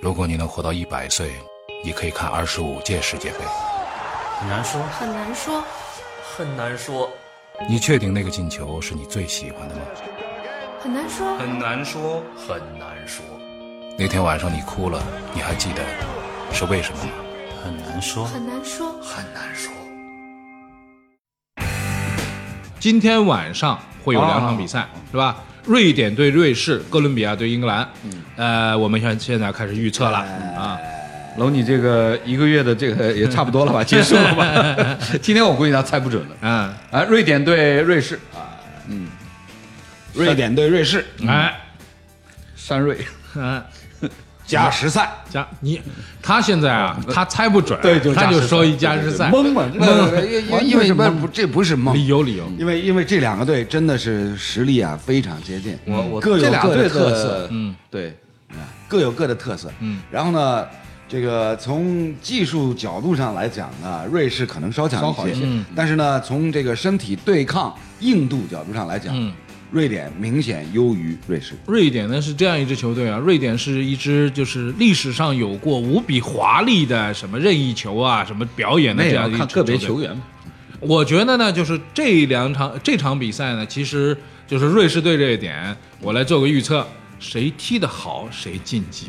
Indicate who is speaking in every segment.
Speaker 1: 如果你能活到一百岁，你可以看二十五届世界杯。
Speaker 2: 很难说，
Speaker 3: 很难说，
Speaker 4: 很难说，
Speaker 1: 你确定那个进球是你最喜欢的吗？
Speaker 3: 很难说，
Speaker 2: 很难说，
Speaker 4: 很难说，
Speaker 1: 那天晚上你哭了，你还记得是为什么吗？
Speaker 2: 很难说，
Speaker 3: 很难说，
Speaker 4: 很难说。
Speaker 5: 今天晚上会有两场比赛，
Speaker 6: 哦
Speaker 5: 是吧？瑞典对瑞士，哥伦比亚对英格兰。呃，我们现现在开始预测了
Speaker 6: 哎
Speaker 5: 啊。
Speaker 6: 龙，你这个一个月的这个也差不多 了吧？结束了吧？今天我估计他猜不准了。
Speaker 5: 嗯，
Speaker 6: 啊，瑞典对瑞士，啊嗯
Speaker 7: 瑞典对瑞士
Speaker 5: 哎，
Speaker 6: 山瑞，
Speaker 5: 嗯，
Speaker 7: 加时赛，
Speaker 5: 加你，他现在啊，他猜不准，
Speaker 6: 哦对就是
Speaker 5: 他
Speaker 6: 加
Speaker 5: 就
Speaker 6: 时赛
Speaker 5: 说一加时赛，
Speaker 7: 懵嘛，
Speaker 6: 为
Speaker 7: 因因为
Speaker 6: 什么
Speaker 7: 不这不是
Speaker 5: 理
Speaker 7: 梦，
Speaker 5: 由理由，
Speaker 7: 因为因为这两个队真的是实力啊非常接近，
Speaker 6: 我我
Speaker 7: 各有
Speaker 6: 这俩
Speaker 7: 各的
Speaker 6: 队的
Speaker 7: 特色，
Speaker 5: 嗯，
Speaker 6: 对，
Speaker 7: 各有各的特色。
Speaker 5: 嗯，
Speaker 7: 然后呢，这个从技术角度上来讲呢，瑞士可能稍强
Speaker 6: 稍好一些
Speaker 5: 嗯
Speaker 7: 但是呢，从这个身体对抗硬度角度上来讲，
Speaker 5: 嗯
Speaker 7: 瑞典明显优于瑞士。
Speaker 5: 瑞典呢是这样一支球队啊，瑞典是一支就是历史上有过无比华丽的什么任意球啊、什么表演的
Speaker 6: 那
Speaker 5: 这
Speaker 6: 也
Speaker 5: 样
Speaker 6: 要
Speaker 5: 一支
Speaker 6: 看个别
Speaker 5: 队
Speaker 6: 球。员嘛。
Speaker 5: 我觉得呢，就是这两场这场比赛呢，其实就是瑞士队这一点，我来做个预测，谁踢得好谁晋级。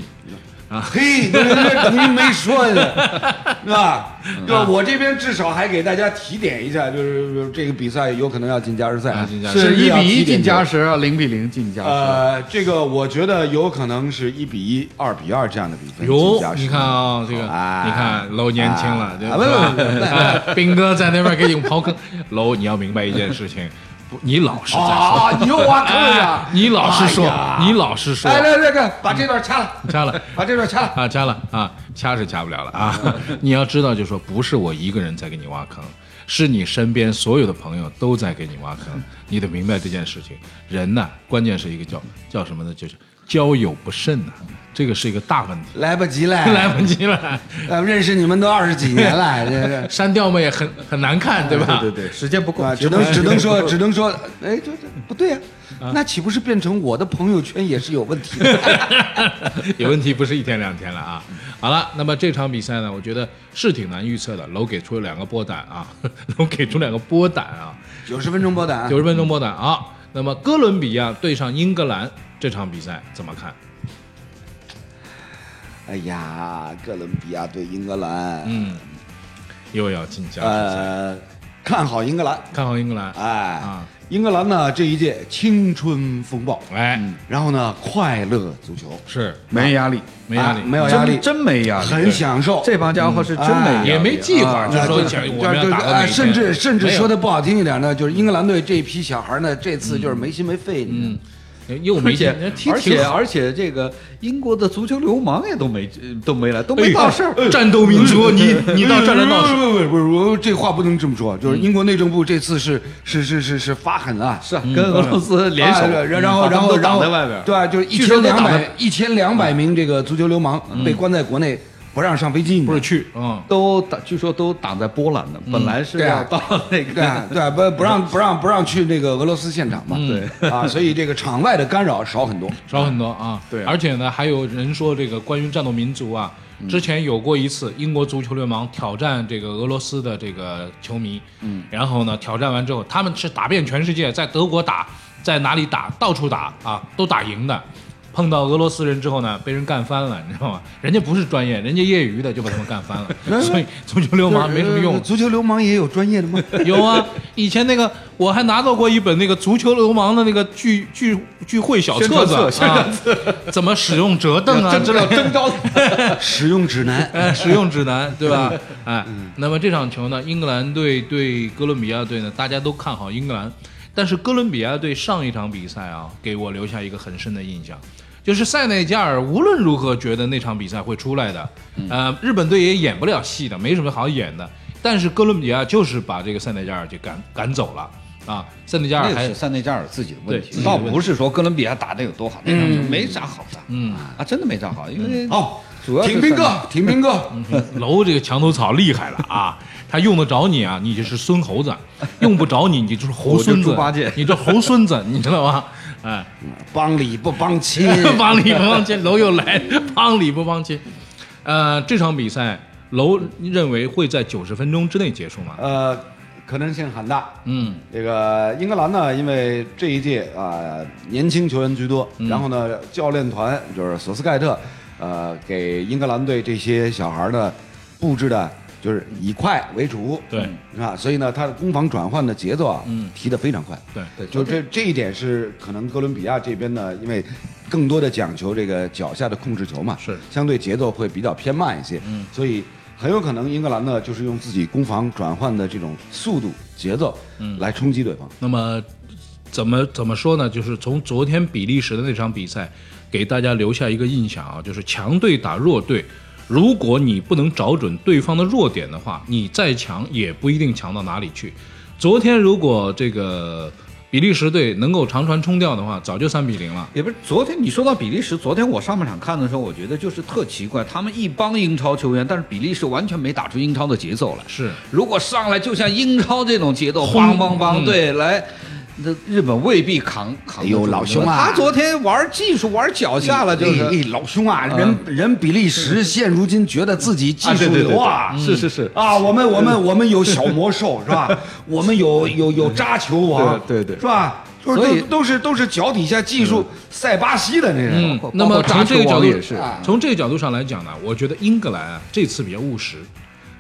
Speaker 7: 嘿，这这您没说呢， 是吧？
Speaker 5: 嗯
Speaker 7: 对吧？我这边至少还给大家提点一下，就是这个比赛有可能要进加时赛
Speaker 5: 啊，进加啊时
Speaker 7: 甚
Speaker 6: 是
Speaker 7: 至
Speaker 6: 一
Speaker 7: 要
Speaker 6: 比一
Speaker 7: 提点
Speaker 6: 进加
Speaker 7: 球
Speaker 6: 时，零比零进加时。
Speaker 7: 呃，这个我觉得有可能是一比一、二比二这样的比分。
Speaker 5: 哟
Speaker 7: 进加，时
Speaker 5: 你看啊，这个
Speaker 7: 啊
Speaker 5: 你看楼年轻了，对
Speaker 7: 啊不
Speaker 5: 吧
Speaker 7: 不不不不
Speaker 5: 哎？兵哥在那边给你们刨坑， 楼你要明白一件事情，不，你老实在说，
Speaker 7: 啊，你又挖坑了
Speaker 5: 哎
Speaker 7: 呀！
Speaker 5: 你老实说
Speaker 7: 哎呀，
Speaker 5: 你老实说
Speaker 7: 哎，，来来来，把这段掐了，
Speaker 5: 掐了。
Speaker 7: 把这段掐了。
Speaker 5: 啊，掐了啊，掐是掐不了了啊！ 你要知道，就说不是我一个人在给你挖坑，是你身边所有的朋友都在给你挖坑，你得明白这件事情。人呐，关键是一个叫叫什么呢？就是交友不慎呐、这个是一个大问题，
Speaker 7: 来不及了，
Speaker 5: 来不及了。
Speaker 7: 呃，认识你们都二十几年了，这这。
Speaker 5: 删掉嘛也很很难看，对吧？
Speaker 6: 哎对对，时间不够
Speaker 7: 啊，，只能只能说，只能说，哎，这这不对呀、
Speaker 5: 啊
Speaker 7: 那岂不是变成我的朋友圈也是有问 题的？
Speaker 5: 有问题不是一天两天了啊。好了，那么这场比赛呢，我觉得是挺难预测的。楼给出了两个波胆啊， 楼给出两个波胆啊。
Speaker 7: 九十分钟波 胆
Speaker 5: 九，十分钟波胆啊。那么哥伦比亚对上英格兰这场比赛怎么看？
Speaker 7: 哎呀，哥伦比亚对英格兰，
Speaker 5: 嗯，又要进加时赛，
Speaker 7: 呃，看好英格兰，
Speaker 5: 看好英格兰。
Speaker 7: 哎，
Speaker 5: 啊
Speaker 7: 英格兰呢这一届青春风暴，
Speaker 5: 哎，
Speaker 7: 然后呢快乐足球，
Speaker 5: 是
Speaker 6: 没压力，
Speaker 5: 没压
Speaker 7: 啊
Speaker 5: 力，
Speaker 7: 没有压力
Speaker 6: 真，真没压力。
Speaker 7: 很享受。
Speaker 6: 这帮家伙
Speaker 5: 嗯
Speaker 6: 是真没压力，
Speaker 5: 也没计划，
Speaker 7: 啊
Speaker 5: 就说想
Speaker 7: 对
Speaker 5: 我们要
Speaker 7: 对
Speaker 5: 打
Speaker 7: 哎
Speaker 5: 到
Speaker 7: 甚至甚至说
Speaker 5: 的
Speaker 7: 的不好听一点呢，就是英格兰队这批小孩呢，这次就是没心没肺。嗯，
Speaker 5: 哎又
Speaker 6: 而
Speaker 5: 没
Speaker 6: 且
Speaker 5: 踢
Speaker 6: 而
Speaker 5: 挺
Speaker 6: 且
Speaker 5: 好。
Speaker 6: 而且这个英国的足球流氓也都没呃都没来，都没到事儿。
Speaker 5: 哎
Speaker 6: 嗯
Speaker 5: 战斗民族，你你到战争
Speaker 7: 不
Speaker 5: 到时，
Speaker 7: 不不不不，我这话不能这么说。就是英国内政部这次是是是是是发狠啊，
Speaker 6: 是啊跟俄罗斯联手，
Speaker 7: 啊然后
Speaker 6: 把
Speaker 7: 然
Speaker 6: 他们
Speaker 7: 后
Speaker 6: 都
Speaker 7: 然后
Speaker 6: 挡在外边。
Speaker 7: 对啊，就是一
Speaker 6: 据
Speaker 7: 千
Speaker 6: 说都
Speaker 7: 两
Speaker 6: 挡
Speaker 7: 百
Speaker 6: 在
Speaker 7: 一千两百名这个足球流氓被关在国内，不让上飞机，你知
Speaker 5: 不
Speaker 7: 道
Speaker 5: 是
Speaker 7: 吗
Speaker 5: 去，嗯，
Speaker 6: 都挡，据说都挡在波兰的，本来是
Speaker 7: 对啊
Speaker 6: 要到那
Speaker 7: 对
Speaker 6: 个
Speaker 7: 啊，对啊，不不让不让不让去那个俄罗斯现场嘛，对啊，所以这个场外的干扰少很多。
Speaker 5: 少很多啊。
Speaker 6: 对啊
Speaker 5: 而且呢，还有人说这个关于战斗民族啊，之前有过一次英国足球流氓挑战这个俄罗斯的这个球迷，嗯，然后呢，挑战完之后，他们是打遍全世界，在德国打，在哪里打，到处打啊，都打赢的。碰到俄罗斯人之后呢，被人干翻了，你知道吗？人家不是专业，人家业余的就把他们干翻了，所以足球流氓没什么用
Speaker 7: 呃。足球流氓也有专业的吗？
Speaker 5: 有啊，以前那个我还拿到过一本那个足球流氓的那个聚聚聚会小册子，
Speaker 6: 宣
Speaker 5: 啊，怎么使用折凳啊？
Speaker 6: 政 治了征召
Speaker 7: 使用指南。
Speaker 5: 哎，使用指南，对
Speaker 6: 嗯
Speaker 5: 吧？哎，那么这场球呢，英格兰队对哥伦比亚队呢，大家都看好英格兰，但是哥伦比亚队上一场比赛啊，给我留下一个很深的印象，就是塞内加尔无论如何觉得那场比赛会出来的，呃，日本队也演不了戏的，没什么好演的，但是哥伦比亚就是把这个塞内加尔就赶赶走了啊，塞内加尔
Speaker 6: 那个
Speaker 5: 还
Speaker 6: 是塞内加尔自己的问
Speaker 5: 对自己
Speaker 6: 题，
Speaker 5: 的
Speaker 6: 倒
Speaker 5: 问题
Speaker 6: 不是说哥伦比亚打得有多好，那场球没啥好的，嗯啊，真的没啥好，因
Speaker 5: 嗯
Speaker 6: 为
Speaker 5: 哦
Speaker 7: 好，
Speaker 6: 主要是
Speaker 7: 挺斌哥
Speaker 6: 三，
Speaker 7: 挺斌哥，
Speaker 5: 楼这个墙头草厉害了啊！他用得着你啊，你就是孙猴子；用不着你，你就是猴孙
Speaker 6: 我就
Speaker 5: 子
Speaker 6: 猪八戒。
Speaker 5: 你这猴孙子，你知道吗？哎，
Speaker 7: 帮理不帮亲，
Speaker 5: 帮理不帮亲，楼又来，帮理不帮亲。呃，这场比赛楼认为会在九十分钟之内结束吗？
Speaker 7: 呃，可能性很大。
Speaker 5: 嗯
Speaker 7: 这个英格兰呢，因为这一届啊、年轻球员居多，
Speaker 5: 嗯
Speaker 7: 然后呢，教练团就是索斯盖特，呃，给英格兰队这些小孩呢布置的就是以快为主，
Speaker 5: 对
Speaker 7: 是吧？所以呢，他的攻防转换的节奏啊，
Speaker 5: 嗯
Speaker 7: 提得非常快。
Speaker 5: 对
Speaker 7: 对，就这这一点是可能哥伦比亚这边呢，因为更多的讲求这个脚下的控制球嘛，
Speaker 5: 是
Speaker 7: 相对节奏会比较偏慢一些，嗯，所以很有可能英格兰呢就是用自己攻防转换的这种速度节奏，嗯，来冲击对方。
Speaker 5: 那么怎么怎么说呢？就是从昨天比利时的那场比赛，给大家留下一个印象啊，就是强队打弱队。如果你不能找准对方的弱点的话，你再强也不一定强到哪里去。昨天如果这个比利时队能够长传冲掉的话，早就三比零了。
Speaker 6: 也不是昨天你说到比利时，昨天我上半场看的时候，我觉得就是特奇怪，他们一帮英超球员，但是比利时完全没打出英超的节奏来。
Speaker 5: 是，
Speaker 6: 如果上来就像英超这种节奏，
Speaker 5: 轰
Speaker 6: 梆梆梆，
Speaker 5: 嗯
Speaker 6: 对，来，那日本未必扛扛
Speaker 7: 哎
Speaker 6: 得住。
Speaker 7: 呦老兄啊
Speaker 6: 他昨天玩技术玩脚下了，就是。嗯
Speaker 7: 哎哎老兄啊，人人比利时现如今觉得自己技
Speaker 6: 啊对
Speaker 7: 术
Speaker 6: 对对对
Speaker 7: 流啊，
Speaker 6: 是是是，
Speaker 7: 啊，我们我们我们有小魔兽是 吧？我们有有有扎球王，
Speaker 6: 对对对
Speaker 7: 是吧？就是
Speaker 6: 所
Speaker 7: 都
Speaker 6: 以嗯
Speaker 7: 都是都是脚底下技术赛巴西的那
Speaker 5: 嗯
Speaker 7: 人，
Speaker 6: 包括
Speaker 5: 那么从这个角
Speaker 6: 包括扎球王
Speaker 5: 度
Speaker 6: 也是嗯
Speaker 5: 啊从这个角度上来讲呢，我觉得英格兰啊这次比较务实，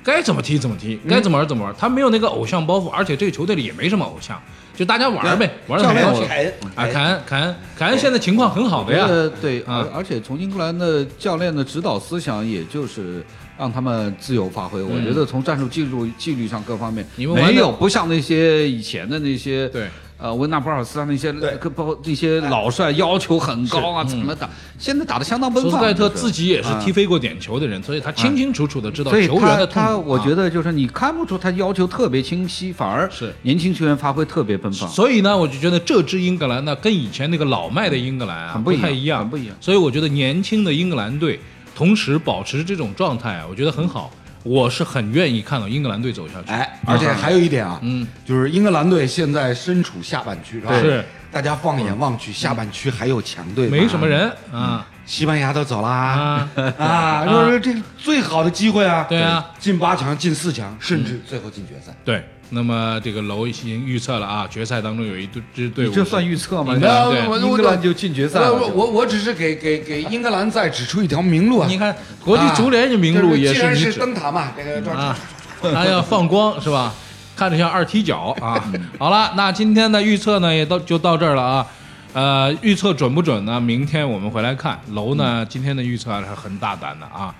Speaker 5: 该怎么踢怎么踢，该怎么玩怎
Speaker 6: 嗯
Speaker 5: 么玩，他没有那个偶像包袱，而且这个球队里也没什么偶像，就大家玩呗，玩的
Speaker 6: 教
Speaker 5: 很
Speaker 6: 练
Speaker 5: 高兴。
Speaker 6: 凯恩
Speaker 5: 啊，凯恩，凯恩，凯恩现在情况很好的
Speaker 6: 觉
Speaker 5: 呀。
Speaker 6: 得对，而、
Speaker 5: 啊
Speaker 6: 而且从英格兰的教练的指导思想，也就是让他们自由发挥。我觉得从战术技术、纪律上各方面，
Speaker 5: 嗯你们玩得
Speaker 6: 没有不像那些以前的那些
Speaker 5: 对。
Speaker 6: 呃，温纳博尔斯啊，那些包括那些老
Speaker 5: 哎
Speaker 6: 帅要求很高啊，怎么打？现在打得相当奔
Speaker 5: 嗯索斯
Speaker 6: 放。
Speaker 5: 盖特
Speaker 6: 就是
Speaker 5: 自己也是踢飞过点球的人，所以他清清楚楚的知道
Speaker 6: 嗯所以
Speaker 5: 球员
Speaker 6: 他
Speaker 5: 的痛苦
Speaker 6: 他，
Speaker 5: 啊。
Speaker 6: 我觉得就是你看不出他要求特别清晰，反而
Speaker 5: 是
Speaker 6: 年轻球员发挥特别奔放。
Speaker 5: 所以呢，我就觉得这支英格兰呢，跟以前那个老迈的英格兰啊，
Speaker 6: 很
Speaker 5: 不
Speaker 6: 不一样
Speaker 5: 太一样，
Speaker 6: 很不一样
Speaker 5: 所以我觉得年轻的英格兰队同时保持这种状态啊，我觉得很好。我是很愿意看到英格兰队走下去。
Speaker 7: 哎，而且还有一点啊，
Speaker 5: 嗯，
Speaker 7: 就是英格兰队现在身处下半区，是吧？
Speaker 5: 对是，
Speaker 7: 大家放眼望去，下半区还有强队，
Speaker 5: 没什么，人
Speaker 6: 嗯
Speaker 5: 啊
Speaker 7: 西班牙都走啦，
Speaker 5: 啊，
Speaker 7: 啊，就是这最好的机会啊，
Speaker 5: 对啊，
Speaker 7: 进八强、进四强，甚至最后进决赛。
Speaker 5: 对。那么这个楼已经预测了啊，决赛当中有一队支队伍
Speaker 6: 你
Speaker 5: 是，
Speaker 6: 这算预测吗？
Speaker 5: 英格兰对
Speaker 7: 我
Speaker 6: 英格兰就进决赛了
Speaker 7: 我。我我只是给给给英格兰再指出一条明路啊！
Speaker 5: 你看国际足联的名
Speaker 7: 就
Speaker 5: 录
Speaker 7: 是
Speaker 5: 也
Speaker 7: 既然
Speaker 5: 你
Speaker 7: 是
Speaker 5: 指
Speaker 7: 灯塔嘛，这个这
Speaker 5: 啊，它要放光是吧？看着像二踢脚啊。好了，那今天的预测呢也到就到这儿了啊。呃，预测准不准呢？明天我们回来看。楼呢，今天的预测还是很大胆的啊。